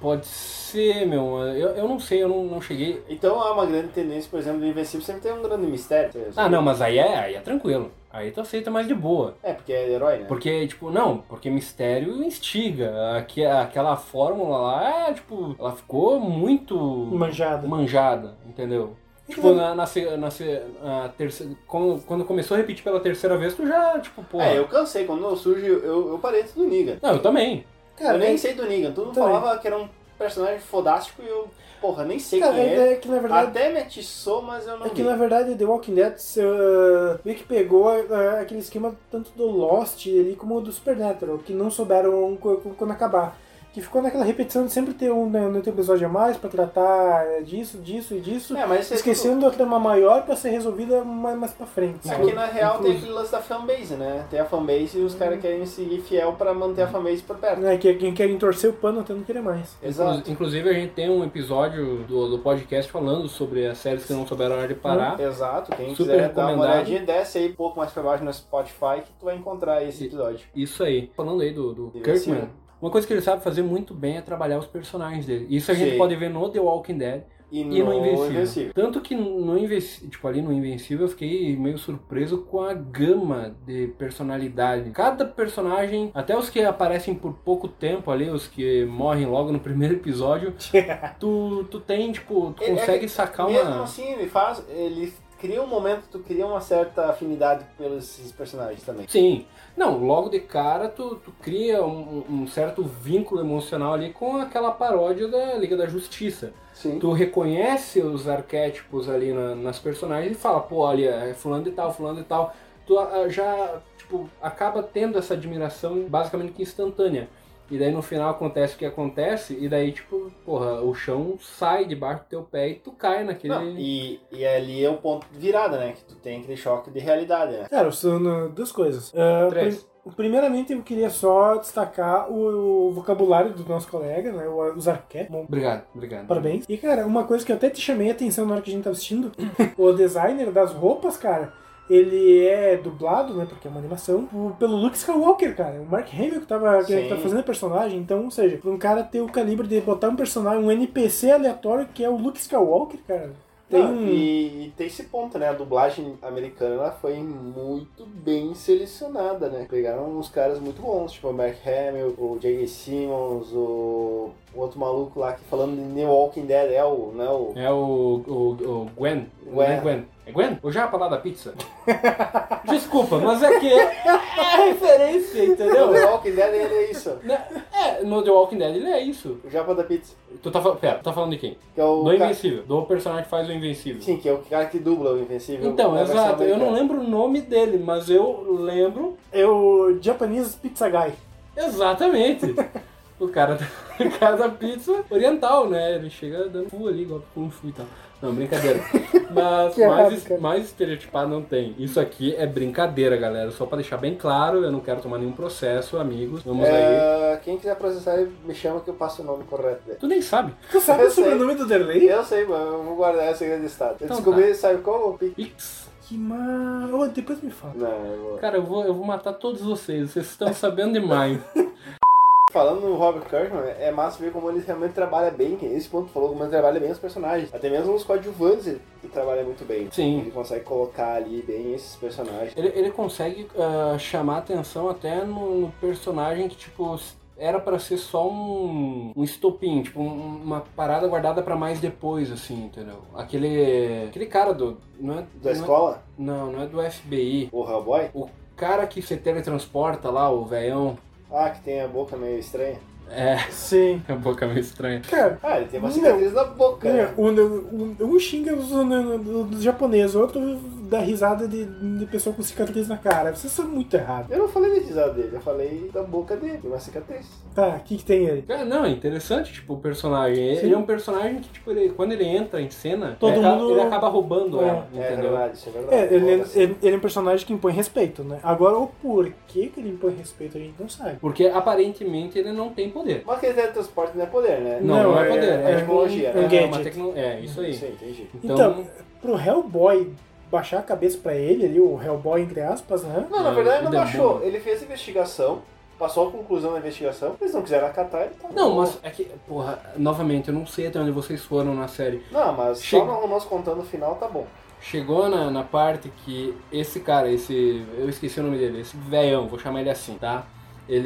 pode ser, meu. Eu, eu não sei, eu não, não cheguei.
Então há uma grande tendência, por exemplo, do Invencível sempre tem um grande mistério. sabe?
Ah, não, mas aí é, aí é tranquilo. Aí tu aceita mais de boa.
É, porque é herói, né?
Porque, tipo, não, porque mistério instiga. Aque- Aquela fórmula lá, é, tipo, ela ficou muito
Manjada.
manjada, entendeu?
É que
Tipo,
não-
na, na, se- na se- na terceira, quando, quando começou a repetir pela terceira vez, tu já, tipo, pô.
É, eu cansei, quando eu surge, eu, eu parei do Negan.
Não, eu também.
eu nem
é-
sei do Negan, todo mundo
Também.
falava que era um personagem fodástico e eu, porra, nem sei
Cara,
quem é.
é, é que na verdade.
Até me atiçou, mas eu não
É que
vi.
na verdade The Walking Dead eh, meio que pegou eh, aquele esquema tanto do Lost ali como do Supernatural, que não souberam co- co- quando acabar. Que ficou naquela repetição de sempre ter um, né, um episódio a mais pra tratar eh, disso, disso e disso,
É, mas isso é
esquecendo a trama maior pra ser resolvida mais, mais pra frente.
tudo-
sabe?
Aqui na real tem
Inclusive-
aquele lance da fanbase, né? Tem a fanbase e os caras querem seguir fiel pra manter a fanbase por perto.
Né, que quem quer entorcer o pano até não querer mais.
Exato.
Inclu- Inclusive, a gente tem um episódio do, do podcast falando sobre as séries que não souberam a hora de parar.
Hum. Exato, quem
Super
quiser dar uma
recomendado.
olhadinha, desce aí um pouco mais pra baixo no Spotify que tu vai encontrar esse episódio.
Isso aí. Falando aí do, do
Sim.
Kirkman, uma coisa que ele sabe fazer muito bem é trabalhar os personagens dele. Isso a gente
Sim.
pode ver no The Walking Dead
E
e no,
no
Invencível.
Invencível.
Tanto que no Invencível, tipo, ali no Invencível eu fiquei meio surpreso com a gama de personalidade. Cada personagem, até os que aparecem por pouco tempo ali, os que morrem logo no primeiro episódio, tu, tu tem, tipo, tu
É- é
consegue
que
sacar
Mesmo
uma...
assim, ele faz. Ele cria um momento, tu cria uma certa afinidade pelos esses personagens também.
Sim. Não, logo de cara tu, tu cria um, um certo vínculo emocional ali com aquela paródia da Liga da Justiça.
Sim.
Tu reconhece os arquétipos ali na- nas personagens e fala, pô, olha, é fulano e tal, fulano e tal. Tu ah, já, tipo, acaba tendo essa admiração basicamente que instantânea. E daí no final acontece o que acontece, e daí, tipo, porra, o chão sai debaixo do teu pé e tu cai naquele.
Não, e, e ali é o ponto de virada, né? Que tu tem aquele choque de realidade, né?
Cara, são uh, duas coisas. Ah,
Três.
prim- primeiramente, eu queria só destacar o, o vocabulário do nosso colega, né? o- Os arquétipos.
Obrigado, obrigado.
Parabéns. E, cara, uma coisa que eu até te chamei a atenção na hora que a gente tava assistindo, o designer das roupas, cara, ele é dublado, né, porque é uma animação, o- pelo Luke Skywalker, cara. O Mark Hamill que tava, que
Sim.
tá fazendo a personagem. Então, ou seja, pra um cara ter o calibre de botar um personagem, um NPC aleatório que é o Luke Skywalker, cara. Tem
Não,
um...
Ah, e, e tem esse ponto, né? A dublagem americana ela foi muito bem selecionada, né? Pegaram uns caras muito bons, tipo o Mark Hamill, o J.K. Simmons, o, o outro maluco lá que falando de The Walking Dead é o, né? O,
É o, o, o Gwen.
Gwen.
Não é Gwen. É Gwen? O japa lá da pizza. Desculpa, mas é que é a referência,
Não,
entendeu?
The Walking Dead ele é isso.
É, no The Walking Dead ele é isso.
O Japa da Pizza.
Tu tá falando. Pera, tu tá falando de quem?
Que é o
Do
ca-
Invencível. Do personagem que faz o Invencível.
Sim, que é o cara que dubla o Invencível.
Então,
na versão
exato. Eu não
americana.
lembro o nome dele, mas eu lembro
É o Japanese Pizza Guy.
exatamente. O cara, da, o cara da pizza oriental, né? Ele chega dando fu ali, igual Kung Fu e tal. Não, brincadeira. Mas
Que errado,
mais,
cara.
mais estereotipado não tem. Isso aqui é brincadeira, galera. Só pra deixar bem claro, eu não quero tomar nenhum processo, amigos. Vamos aí.
É, quem quiser processar, me chama que eu passo o nome correto dele.
Tu nem sabe.
Tu sabe
Eu
o sobrenome do Derley?
Eu sei, mas eu vou guardar o segredo de estado. Eu
Então
descobri, sabe como? Pic-
Ix.
Que ma... Ô, depois me fala.
Não, eu vou...
Cara, eu vou, eu vou matar todos vocês. Vocês estão sabendo demais.
Falando no Robert Kirkman, é massa ver como ele realmente trabalha bem, que esse ponto falou, como ele trabalha bem os personagens. Até mesmo os coadjuvantes ele ele trabalha muito bem.
Sim.
Ele consegue colocar ali bem esses personagens.
Ele, ele consegue ah, chamar atenção até no, no personagem que, tipo, s- era pra ser só um, um estopim, tipo, um- uma parada guardada pra mais depois, assim, entendeu? Aquele. Aquele cara do. Não é,
Da
não é,
escola,
não, não é do FBI.
o Hellboy,
O cara que se teletransporta lá, o veião.
ah, que tem a boca meio estranha.
É,
Sim.
a boca meio estranha.
Cara,
Ah, ele tem uma
Não.
cicatriz na boca. né?
é, um, um, um xinga os do, do japonês, outro dá risada de, de pessoa com cicatriz na cara. Vocês são muito errados.
Eu não falei da risada dele, eu falei da boca dele, uma cicatriz.
Tá, o que, que tem aí?
Cara, não, é interessante, tipo, o personagem. Ele,
Sim.
ele é um personagem que, tipo, ele- quando ele entra em cena,
Todo
ele, acaba-
mundo-
ele acaba roubando
É,
ela,
É
entendeu?
verdade, isso é verdade.
É, ele,
Foda-se.
ele, ele é um personagem que impõe respeito, né? Agora, o porquê que ele impõe respeito a gente não sabe.
Porque aparentemente ele não tem poder.
Mas aquele teletransporte não é poder, né?
Não, não é poder, é
um-
tecnologia,
um
É,
né?
uma
gadget.
tecno- é, isso aí.
Sim, entendi.
Então,
Então, Pro Hellboy baixar a cabeça pra ele ali, o Hellboy entre aspas, né?
Não, na
Não,
verdade
o
não
demônio.
baixou. Ele fez a investigação, passou a conclusão da investigação, eles não quiseram acatar, ele tá
não, mas é que, porra, novamente, eu não sei até onde vocês foram na série.
Não, mas
Chega.
só o nosso contando o final tá bom.
Chegou na, na parte que esse cara, esse. Eu esqueci o nome dele, esse velhão, vou chamar ele assim, tá?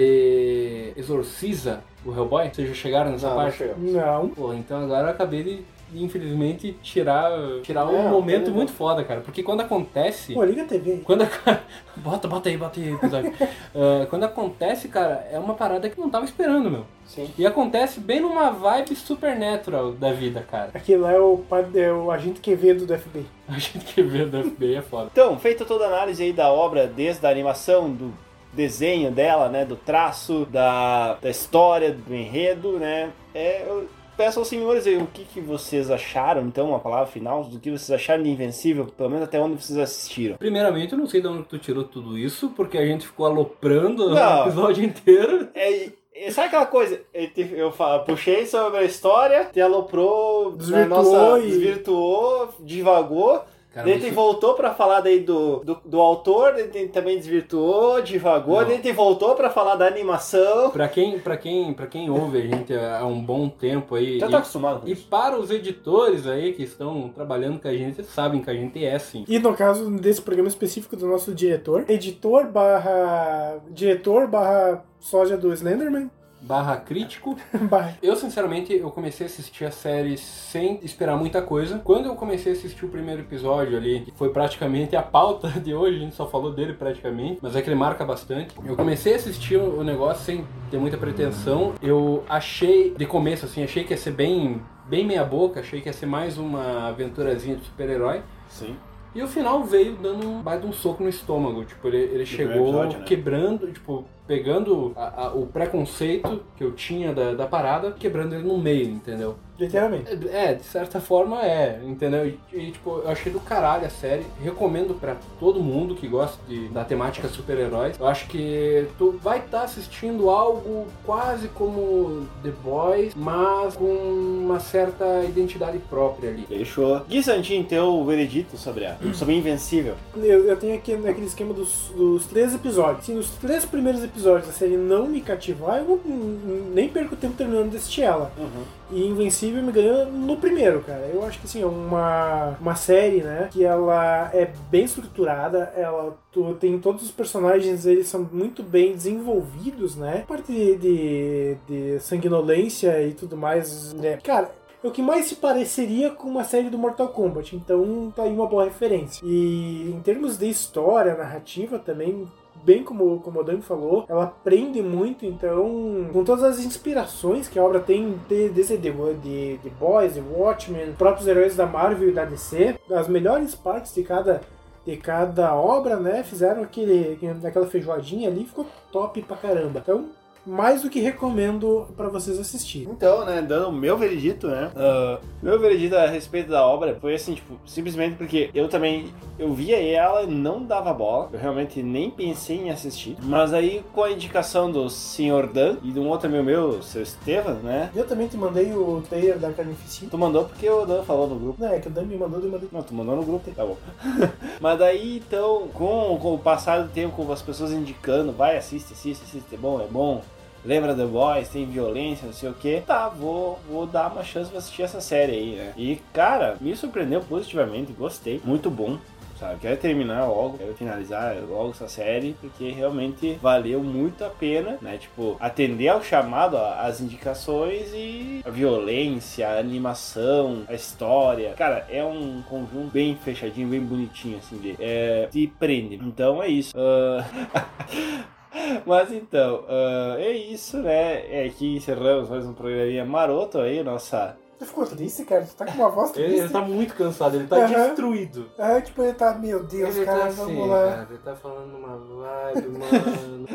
Ele exorciza o Hellboy? Vocês já chegaram nessa
não, não
parte?
chegou.
Não.
Pô, então agora eu acabei de, infelizmente, tirar, tirar um
Não,
momento
tudo bem.
muito foda, cara. Porque quando acontece.
Pô, liga a TV aí.
Quando a- bota, bota aí, bota aí, episódio. Ah, quando acontece, cara, é uma parada que eu não tava esperando, meu.
Sim.
E acontece bem numa vibe supernatural da vida, cara.
Aquele lá é o, padre- é o agente Quevedo do FBI.
A gente que vê da FBI é foda.
Então, feita toda a análise aí da obra, desde a animação, do desenho dela, né, do traço, da, da história, do enredo, né, é, eu peço aos senhores aí o que, que vocês acharam, então, uma palavra final, do que vocês acharam de Invencível, pelo menos até onde vocês assistiram.
Primeiramente, eu não sei de onde tu tirou tudo isso, porque a gente ficou aloprando
Não.
o episódio inteiro.
É, e- e sabe aquela coisa? Eu, te- eu falo, puxei sobre a história, te aloprou, na
Desvirtuou
nossa,
e-
desvirtuou, divagou, daí te voltou pra falar daí do, do, do autor, daí te- também desvirtuou, divagou,
Não.
daí te voltou pra falar da animação.
Pra quem, pra quem, pra quem ouve a gente há um bom tempo aí.
Já tá acostumado com
E, e
isso.
para os editores aí que estão trabalhando com a gente, vocês sabem que a gente é assim.
E no caso desse programa específico do nosso diretor, editor barra. diretor barra soja do Slenderman.
barra crítico.
Bah,
Eu, sinceramente, eu comecei a assistir a série sem esperar muita coisa. Quando eu comecei a assistir o primeiro episódio ali, que foi praticamente a pauta de hoje, a gente só falou dele praticamente, mas é que ele marca bastante. Eu comecei a assistir o negócio sem ter muita pretensão. Eu achei, de começo assim, achei que ia ser bem, bem meia boca, achei que ia ser mais uma aventurazinha de super-herói.
Sim.
E o final veio dando um baita um soco no estômago. Tipo, ele, ele chegou
episódio, né?
quebrando, tipo, pegando a- a- o preconceito que eu tinha da, da parada, quebrando ele no meio, entendeu?
literalmente.
É, de certa forma é, entendeu? E, e, tipo, eu achei do caralho a série. Recomendo pra todo mundo que gosta de, da temática super-heróis. Eu acho que tu vai estar assistindo algo quase como The Boys, mas com uma certa identidade própria ali.
Fechou. Gui Santin, teu veredito sobre a. sobre Invencível.
Eu, eu tenho aqui aquele esquema dos, dos três episódios. Se nos três primeiros episódios a série não me cativar, eu não- nem perco tempo terminando de assistir ela.
Uhum.
E Invencível me ganhou no primeiro, cara. Eu acho que assim, é uma, uma série, né? Que ela é bem estruturada, ela tu- tem todos os personagens, eles são muito bem desenvolvidos, né? A parte de, de, de sanguinolência e tudo mais, né? Cara. É o que mais se pareceria com uma série do Mortal Kombat, então tá aí uma boa referência. E em termos de história, narrativa também, bem como, como o Dan falou, ela aprende muito, então, com todas as inspirações que a obra tem, de- desde The, de, The Boys, The Watchmen, próprios heróis da Marvel e da DC, as melhores partes de cada, de cada obra, né, fizeram aquele, aquela feijoadinha ali, ficou top pra caramba. Então, mais do que recomendo pra vocês assistirem.
Então, né, dando o meu veredito, né? ah, meu veredito a respeito da obra foi assim, tipo, simplesmente porque eu também eu via ela e não dava bola. Eu realmente nem pensei em assistir. Mas aí, com a indicação do Sr. Dan e de um outro amigo meu, seu Estevam, né?
Eu também te mandei o trailer da Carnificina.
Tu mandou porque o Dan falou no grupo.
Não, é que o Dan me mandou, eu mandei.
Não, tu mandou no grupo, tá bom. Mas daí, então, com, com o passar do tempo, com as pessoas indicando, vai, assiste, assiste, assiste, é bom, é bom. Lembra The Boys, tem violência, não sei o que. Tá, vou, vou dar uma chance pra assistir essa série aí, né? E, cara, me surpreendeu positivamente, gostei. Muito bom, sabe? Quero terminar logo, quero finalizar logo essa série, porque realmente valeu muito a pena, né? Tipo, atender ao chamado, a- às indicações e a violência, a animação, a história. Cara, é um conjunto bem fechadinho, bem bonitinho, assim, de, é, te prende. Então é isso. Ah, Mas então, ah, é isso, né? É que encerramos mais um programinha maroto aí, nossa.
Tu ficou triste, cara? Tu tá com uma voz
Ele,
triste.
ele tá muito cansado, ele tá
Aham.
destruído.
Ah, tipo, ele tá, meu Deus,
ele
cara,
tá
vamos lá.
cara, ele tá falando uma vibe, mano.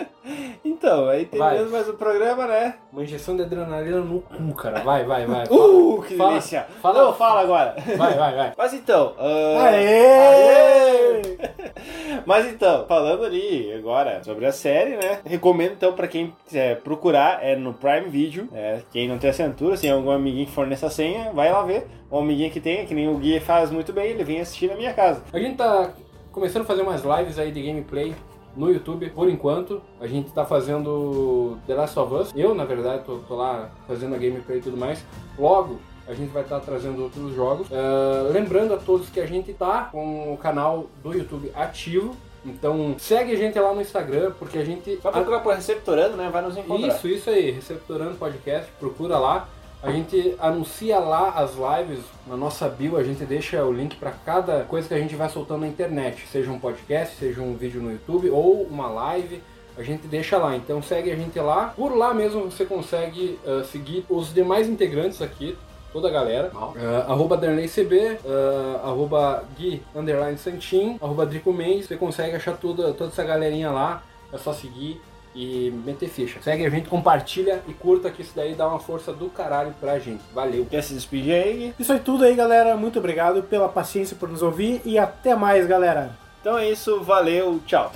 Então, aí
Vai.
terminamos mais um programa, né?
Uma injeção de adrenalina no cu, cara. Vai, vai, vai.
Uh, que
fala.
delícia!
Fala.
Não, fala agora!
Vai, vai, vai.
Mas então. ah,
Aê!
Mas então, falando ali agora sobre a série, né? Recomendo então pra quem quiser procurar, é no Prime Video. né? Quem não tem assinatura, se tem algum amiguinho que forneça a senha, vai lá ver. Um amiguinho que tenha, que nem o Gui faz muito bem, ele vem assistir na minha casa.
A gente tá começando a fazer umas lives aí de gameplay no YouTube, por enquanto. A gente tá fazendo The Last of Us. Eu, na verdade, tô, tô lá fazendo a gameplay e tudo mais. Logo. A gente vai estar trazendo outros jogos. Ah, lembrando a todos que a gente tá com o canal do YouTube ativo. Então segue a gente lá no Instagram, porque a gente.
Só procurar por Receptorando, né? Vai nos encontrar.
Ah. Isso, isso aí, Receptorando Podcast, procura lá. A gente anuncia lá as lives, na nossa bio a gente deixa o link para cada coisa que a gente vai soltando na internet, seja um podcast, seja um vídeo no YouTube ou uma live, a gente deixa lá. Então segue a gente lá. Por lá mesmo você consegue ah, seguir os demais integrantes aqui, toda a galera. Ah, arroba DarleyCB, ah, arroba Gui underline Santin, arroba Drico Mendes. Você consegue achar toda, toda essa galerinha lá. É só seguir e meter ficha. Segue a gente, compartilha e curta que isso daí dá uma força do caralho pra gente. Valeu.
Quer se despedir aí, Gui?
Isso é tudo aí, galera. Muito obrigado pela paciência por nos ouvir e até mais, galera.
Então é isso, valeu, tchau.